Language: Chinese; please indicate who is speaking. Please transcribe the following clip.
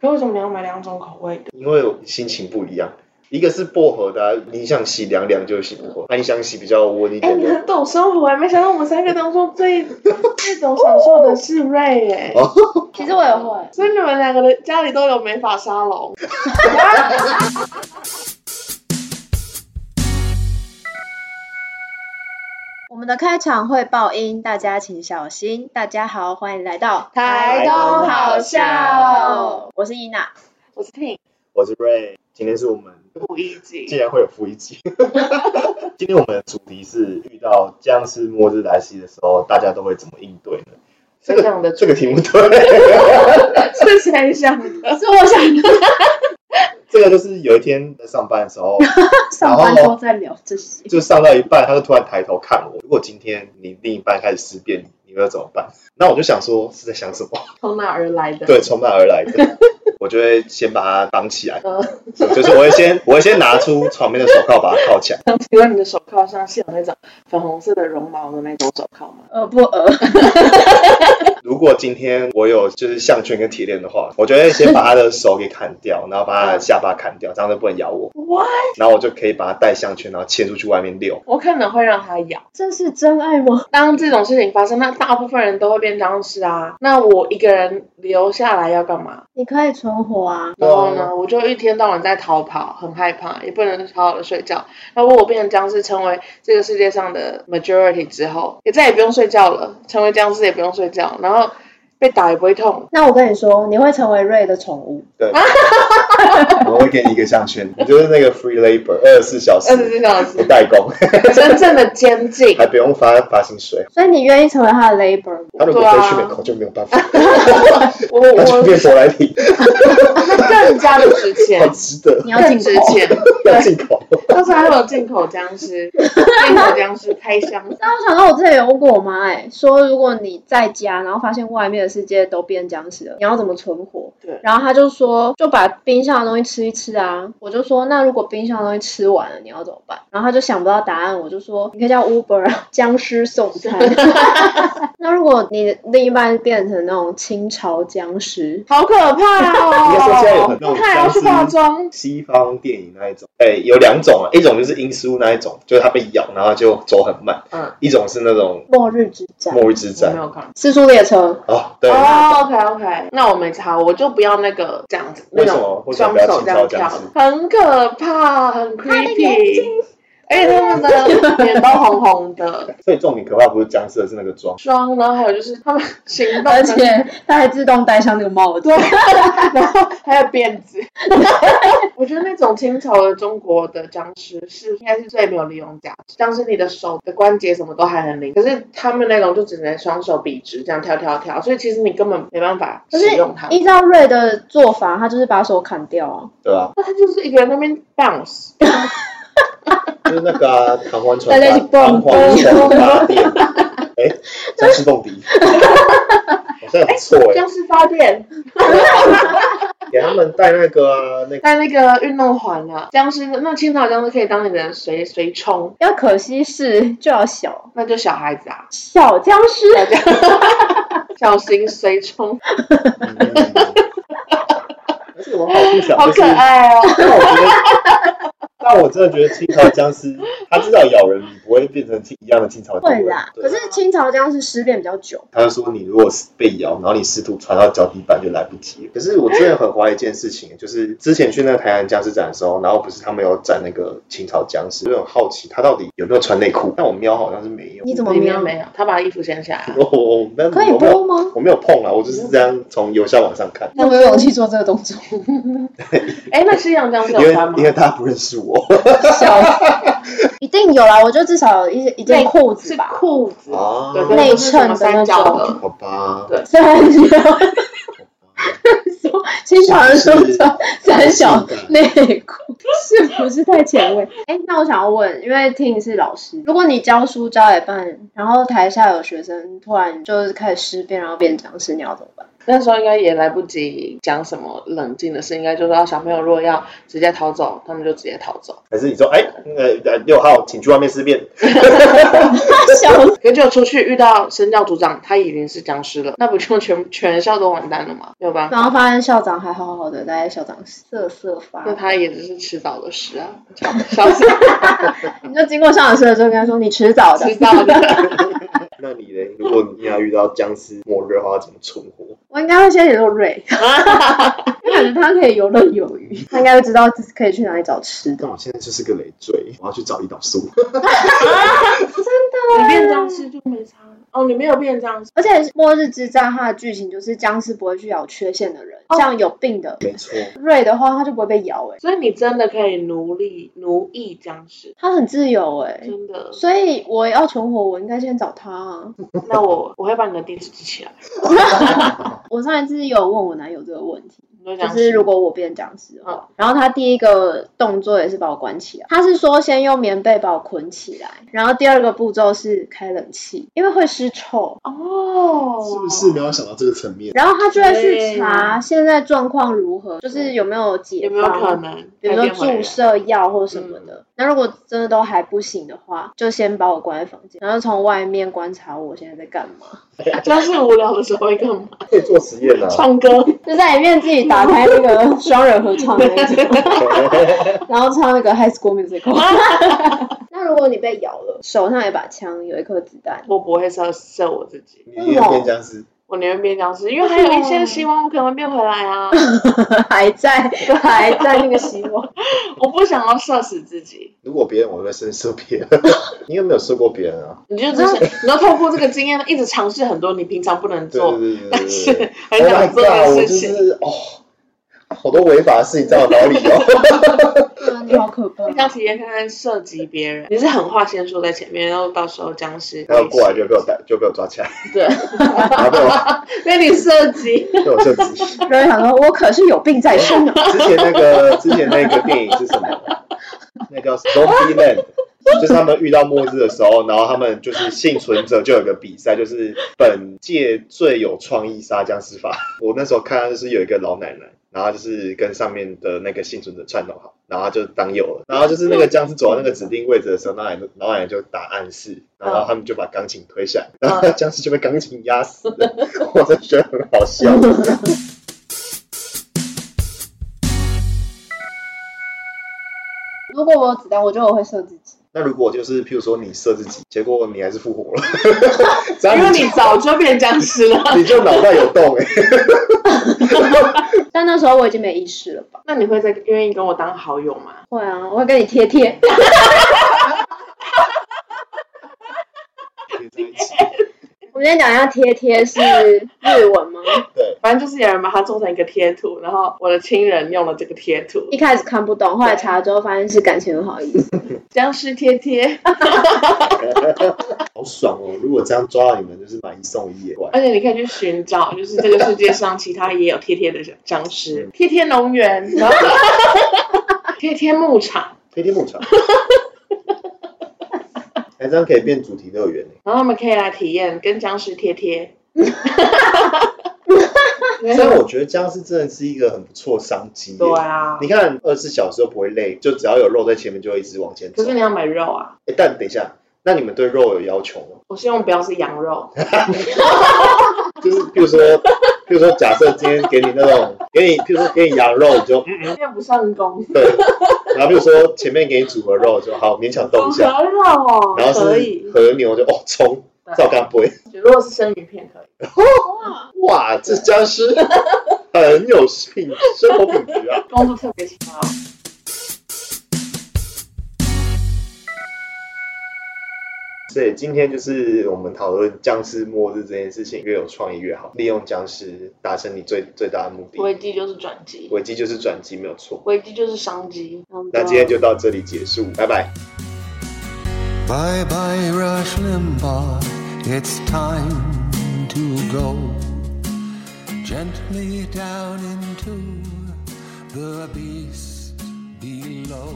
Speaker 1: 可为什么你要买两种口味的？
Speaker 2: 因为我心情不一样。一个是薄荷的啊、你想洗凉凉就洗薄荷，那、你想洗比较温一
Speaker 1: 哎、
Speaker 2: 点
Speaker 1: 你
Speaker 2: 的，
Speaker 1: 很懂生活哎，没想到我们三个当中最最懂享受的是瑞哎，
Speaker 3: 其实我也会，
Speaker 1: 所以你们两个的家里都有美发沙龙。
Speaker 3: 我们的开场会爆音，大家请小心。大家好，欢迎来到
Speaker 1: 台
Speaker 2: 东好
Speaker 1: 笑，
Speaker 3: 我是伊娜。
Speaker 1: 我是听
Speaker 2: 我是 Ray，今天是我们
Speaker 1: 古一
Speaker 2: 竟
Speaker 1: 集，
Speaker 2: 然会有复一集。 今天我们的主题是遇到僵尸末日来袭的时候，大家都会怎么应对呢？这
Speaker 1: 谁想
Speaker 2: 个
Speaker 1: 的
Speaker 2: 这个题目对，
Speaker 1: 是谁想的？
Speaker 3: 是我想
Speaker 2: 这个就是有一天在上班的时候，
Speaker 3: 上班都在聊这些，
Speaker 2: 就上到一半，他就突然抬头看我。如果今天你另一半开始思辨，你会要怎么办？那我就想说是在想 什么？
Speaker 1: 从哪而来的？
Speaker 2: 对，从哪而来的？我就会先把它绑起来，
Speaker 1: 呃，
Speaker 2: 就是我会先我会先拿出床边的手铐把它铐起来。
Speaker 1: 请问你的手铐上是有那种粉红色的绒毛的那种手铐吗？
Speaker 3: 呃不呃，
Speaker 2: 如果今天我有就是项圈跟铁链的话，我就会先把他的手给砍掉，然后把他的下巴砍掉，这样就不能咬我。
Speaker 1: 哇，
Speaker 2: 然后我就可以把他带项圈，然后牵出去外面遛。
Speaker 1: 我可能会让他咬。
Speaker 3: 这是真爱吗？
Speaker 1: 当这种事情发生，那大部分人都会变僵尸啊。那我一个人留下来要干嘛？
Speaker 3: 你可以存活啊，
Speaker 1: 然后
Speaker 2: 嗯
Speaker 1: 呢，我就一天到晚在逃跑，很害怕，也不能好好的睡觉。那如果我变成僵尸，成为这个世界上的 majority 之后，也再也不用睡觉了，成为僵尸也不用睡觉，然后被打也不会痛。
Speaker 3: 那我跟你说，你会成为瑞的宠物。
Speaker 2: 对，我会给你一个项圈，你就是那个 free labor，二十四小
Speaker 1: 二十
Speaker 2: 时
Speaker 1: 四小时
Speaker 2: 不，代工，
Speaker 1: 真正的监禁
Speaker 2: 还。不用发发薪水。
Speaker 3: 所以你愿意成为他的 labor 吗？
Speaker 2: 他如果
Speaker 1: 对啊
Speaker 2: 飞去美国就没有办法，
Speaker 1: 我
Speaker 2: 他就
Speaker 1: 我
Speaker 2: 变舶来品，
Speaker 1: 更加的值
Speaker 2: 好
Speaker 1: 钱，
Speaker 2: 值得
Speaker 3: 你要
Speaker 1: 更
Speaker 3: 进口
Speaker 1: 值钱。
Speaker 2: 要进口。
Speaker 1: 到时候还会有进口僵尸，进口僵尸开箱。
Speaker 3: 那我想到我之前有问过我妈，哎，说如果你在家，然后发现外面的世界都变僵尸了，你要怎么存活？
Speaker 1: 对
Speaker 3: 然后她就说，就把冰箱的东西吃一吃啊。我就说，那如果冰箱的东西吃完了，你要怎么办？然后她就想不到答案，我就说，你可以叫 Uber 啊，僵尸送餐。 那如果你的另一半变成那种清朝僵尸，
Speaker 1: 好可怕哦！
Speaker 2: 应该说现在有很多
Speaker 1: 那还要去化妆，
Speaker 2: 西方电影那一种，哎、有两种啊，一种就是阴尸屋那一种，就是他被咬，然后就走很慢；
Speaker 1: 嗯，
Speaker 2: 一种是那种
Speaker 3: 末日之战、
Speaker 2: 末日之
Speaker 1: 我
Speaker 2: 战
Speaker 1: 没。有看。
Speaker 3: 四速列车，
Speaker 2: 哦，对，
Speaker 1: 哦、o k OK，那我没差，我就不要那个这样子，那
Speaker 2: 为什么
Speaker 1: 种
Speaker 2: 为什么
Speaker 1: 双
Speaker 2: 不要
Speaker 1: 手这样
Speaker 2: 清
Speaker 1: 跳
Speaker 2: 朝僵尸，
Speaker 1: 很可怕，很
Speaker 3: 的眼
Speaker 1: creepy。而且他们的脸都红红的，
Speaker 2: 所以重点可怕不是僵尸，而是那个妆。
Speaker 1: 妆，然后还有就是他们行动，
Speaker 3: 而且它还自动戴上那个帽子
Speaker 1: 对。，然后还有辫 子。我觉得那种清朝的中国的僵尸是应该是最没有利用价值。僵尸你的手的关节什么都还很灵，可是他们那种就只能双手笔直这样跳跳跳，所以其实你根本没办法
Speaker 3: 可是
Speaker 1: 使用它。
Speaker 3: 依照瑞的做法，他就是把手砍掉啊。
Speaker 2: 对吧、
Speaker 1: 那他就是一个人在那边 bounce，
Speaker 2: 就是那个啊，弹簧床
Speaker 3: 大家一
Speaker 2: 搭
Speaker 3: 起蹦
Speaker 2: 弹簧床搭垫，哎、僵尸蹦迪，好像很不错哎、
Speaker 1: 僵尸发电
Speaker 2: 给他们带那个啊，那个
Speaker 1: 在那个运动环啊，僵尸那清朝僵尸可以当你的随随冲，
Speaker 3: 要可惜是就要小
Speaker 1: 那就小孩子啊，
Speaker 3: 小僵尸，
Speaker 1: 小型随冲，
Speaker 2: 嗯而且我好不想，
Speaker 1: 好
Speaker 2: 就是
Speaker 1: 可爱哦。
Speaker 2: 但我觉得，但我真的觉得清朝僵尸，它至少咬人，你不会变成一样的清朝
Speaker 3: 会
Speaker 2: 僵尸。
Speaker 3: 啦。
Speaker 2: 对啊
Speaker 3: 可是清朝僵尸失恋比较久，
Speaker 2: 他就说你如果是被咬，然后你试图传到脚底板就来不及了。可是我真的很怀疑一件事情，就是之前去那个台南僵尸展的时候，然后不是他们有展那个清朝僵尸，我就很好奇他到底有没有穿内裤。但我瞄好像是没有，哦
Speaker 3: 你怎么
Speaker 1: 里面
Speaker 3: 瞄？
Speaker 1: 没有，他把衣服掀下来。
Speaker 2: 我我我没有
Speaker 3: 可以
Speaker 2: 我没有
Speaker 3: 播吗？
Speaker 2: 我没有碰啊，我就是这样从由下往上看，
Speaker 3: 那我有勇气做这个动作，
Speaker 1: 哎，那西洋僵尸
Speaker 2: 因
Speaker 1: 有
Speaker 2: 为
Speaker 1: 穿吗
Speaker 2: 因？为他不认识我。
Speaker 3: 笑死。一定有啦，我就至少有一一件裤子
Speaker 1: 是
Speaker 3: 吧，
Speaker 1: 裤子，
Speaker 2: 哦
Speaker 1: 对，对不是什么三角
Speaker 3: 内
Speaker 1: 的。
Speaker 2: 好吧，
Speaker 1: 对
Speaker 3: 虽然 你要说清朝人说穿三小内裤，是不是太前卫？哎，那我想要问，因为听你是老师，如果你教书 教一半，然后台下有学生突然就是开始尸变，然后变僵尸，你要怎么办？
Speaker 1: 那时候应该也来不及讲什么冷静的事，应该就说啊小朋友如果要直接逃走，他们就直接逃走。
Speaker 2: 还是你说，哎，那个呃六号，请去外面思辨。
Speaker 3: 笑死！
Speaker 1: 可就出去遇到神教组长，他已经是僵尸了，那不就全全校都完蛋了吗？对吧？
Speaker 3: 然后发现校长还好好的待在校长室瑟瑟发
Speaker 1: 那
Speaker 3: 抖。
Speaker 1: 他也只是迟早的事啊，小死
Speaker 3: 你就经过校长室的时候跟他说：“你迟早的。
Speaker 1: 迟早的。
Speaker 2: 那你呢？如果你要遇到僵尸末日的话，怎么存活？”
Speaker 3: 我应该会先联络 瑞，因为感觉他可以游刃有余，他应该会知道可以去哪里找吃的。
Speaker 2: 但我现在就是个累赘，我要去找胰岛素。
Speaker 1: 你变僵尸就没差了哦，你没有变僵尸，
Speaker 3: 而且《末日之战》它的剧情就是僵尸不会去咬缺陷的人，
Speaker 1: 哦
Speaker 3: 像有病的
Speaker 2: 没错，
Speaker 3: 瑞的话，他就不会被咬、欸。哎，
Speaker 1: 所以你真的可以奴隶奴役僵尸，
Speaker 3: 他很自由、欸，哎。
Speaker 1: 真的。
Speaker 3: 所以我要存活，我应该先找他、啊。
Speaker 1: 那我我会把你的地址记起来。
Speaker 3: 我上一次有问我男友这个问题，
Speaker 1: 你说
Speaker 3: 就
Speaker 1: 僵尸
Speaker 3: 是如果我变僵尸的
Speaker 1: 嗯
Speaker 3: 话，然后他第一个动作也是把我关起来，他是说先用棉被把我捆起来，然后第二个步骤是开冷气，因为会失臭。
Speaker 1: 哦，
Speaker 2: 是不是没有想到这个层面？
Speaker 3: 然后他就会去
Speaker 1: 对嗯
Speaker 3: 查现在状况如何，就是有没有解
Speaker 1: 有没有可
Speaker 3: 放，
Speaker 1: 能？
Speaker 3: 比如说注射药或什么
Speaker 1: 嗯
Speaker 3: 的。那如果真的都还不行的话，就先把我关在房间，然后从外面观察我现在在干 嘛，
Speaker 1: 僵尸无聊的时候会干嘛？
Speaker 2: 可以做实验啊。
Speaker 1: 唱歌。
Speaker 3: 就在里面自己打开那个双人合唱的那种，然后唱那个 High School Musical。那如果你被咬了，手上有一把枪，有一颗子弹，
Speaker 1: 我不会射射我自己，
Speaker 2: 你也变僵尸，
Speaker 1: 我宁愿变僵尸，因为还有一些希望我可能变回来啊，
Speaker 3: 还在还在那个希望。
Speaker 1: 我不想要射死自己。
Speaker 2: 如果别人我会先射别 人，你有没有射过别人啊？
Speaker 1: 你就只是，你要透过这个经验，一直尝试很多你平常不能
Speaker 2: 对
Speaker 1: 做，
Speaker 2: 对对对
Speaker 1: 但是
Speaker 2: 对对。 Oh
Speaker 1: 很想做
Speaker 2: 我
Speaker 1: 的
Speaker 2: 就
Speaker 1: 事情。
Speaker 2: 是哦，好多违法的事情在我脑里哦。
Speaker 3: 啊，你好可 怕
Speaker 1: 你想体验看看射击别人，你是狠话先说在前面，然后到时候僵尸
Speaker 2: 然后过来就被我逮，就被我抓起来，
Speaker 1: 对，
Speaker 2: 然后被我
Speaker 1: 被你射击。
Speaker 2: 被我射击。
Speaker 3: 然后想说，我可是有病在身啊。
Speaker 2: 之前那个之前那个电影是什么？那叫《Zombie Land》，就是他们遇到末日的时候，然后他们就是幸存者就有个比赛，就是本届最有创意杀僵尸法。我那时候看到就是有一个老奶奶。然后就是跟上面的那个幸存者串通好，然后她就当诱饵，然后就是那个僵尸走到那个指定位置的时候，老奶奶老奶奶就打暗示，然后他们就把钢琴推下来，然后僵尸就被钢琴压死了，我真的觉得很好笑。
Speaker 3: 如果我有子弹，我觉得我会射自己。
Speaker 2: 那如果就是譬如说你射自己，结果你还是复活了，只 要
Speaker 1: 因为
Speaker 2: 你
Speaker 1: 你早就变僵尸了，
Speaker 2: 你就脑袋有洞哎、
Speaker 3: 但那时候我已经没意识了吧？
Speaker 1: 那你会再愿意跟我当好友吗？
Speaker 3: 会啊，我会跟你贴 贴。我们先讲一下贴贴是日文吗？
Speaker 2: 对，
Speaker 1: 反正就是有人把它做成一个贴图，然后我的亲人用了这个贴图
Speaker 3: 一，开始看不懂，后来查了之后发现是感情很好的意思。
Speaker 1: 僵尸贴贴，
Speaker 2: 好爽哦！如果这样抓到你们，就是买一送一耶，
Speaker 1: 而且你可以去寻找，就是这个世界上其他也有贴贴的僵
Speaker 2: 嗯
Speaker 1: 尸，贴贴农园，然后 贴贴牧场，
Speaker 2: 天 天牧场。哎，这样可以变主题乐园耶
Speaker 1: 然后他们可以来体验跟僵尸贴 贴。
Speaker 2: 所以欸我觉得僵尸真的是一个很不错的商机耶。
Speaker 1: 啊对啊
Speaker 2: 你，看二十四小时都不会累，就只要有肉在前面就会一直往前走。
Speaker 1: 可是你要买肉啊，
Speaker 2: 哎，但等一下，那你们对肉有要求吗？
Speaker 1: 我希望不要是羊肉，
Speaker 2: 就是譬如说，譬如说，假设今天给你那种，给你譬如说给你羊肉，你 就嗯
Speaker 1: 练不上功。
Speaker 2: 对，然后比如说前面给你组合肉就好，勉强动一下，
Speaker 1: 羊肉哦，
Speaker 2: 然后
Speaker 1: 可
Speaker 2: 是
Speaker 1: 以。
Speaker 2: 和牛就哦冲，照干 杯，
Speaker 1: 如果是生鱼片可以。
Speaker 2: 哇，这僵尸 很有品生活品质啊！
Speaker 1: 工作特别勤劳。
Speaker 2: 所以今天就是我们讨论僵尸末日这件事情，越有创意越好，利用僵尸达成你最最大的目
Speaker 1: 危
Speaker 2: 的。
Speaker 1: 机就是转机，
Speaker 2: 危机就是转机，没有错。
Speaker 1: 危机就是商机。
Speaker 2: 那今天就到这里结束，拜拜。
Speaker 4: Bye bye, Rush Limbaugh. It's time to go gently down into the beast below.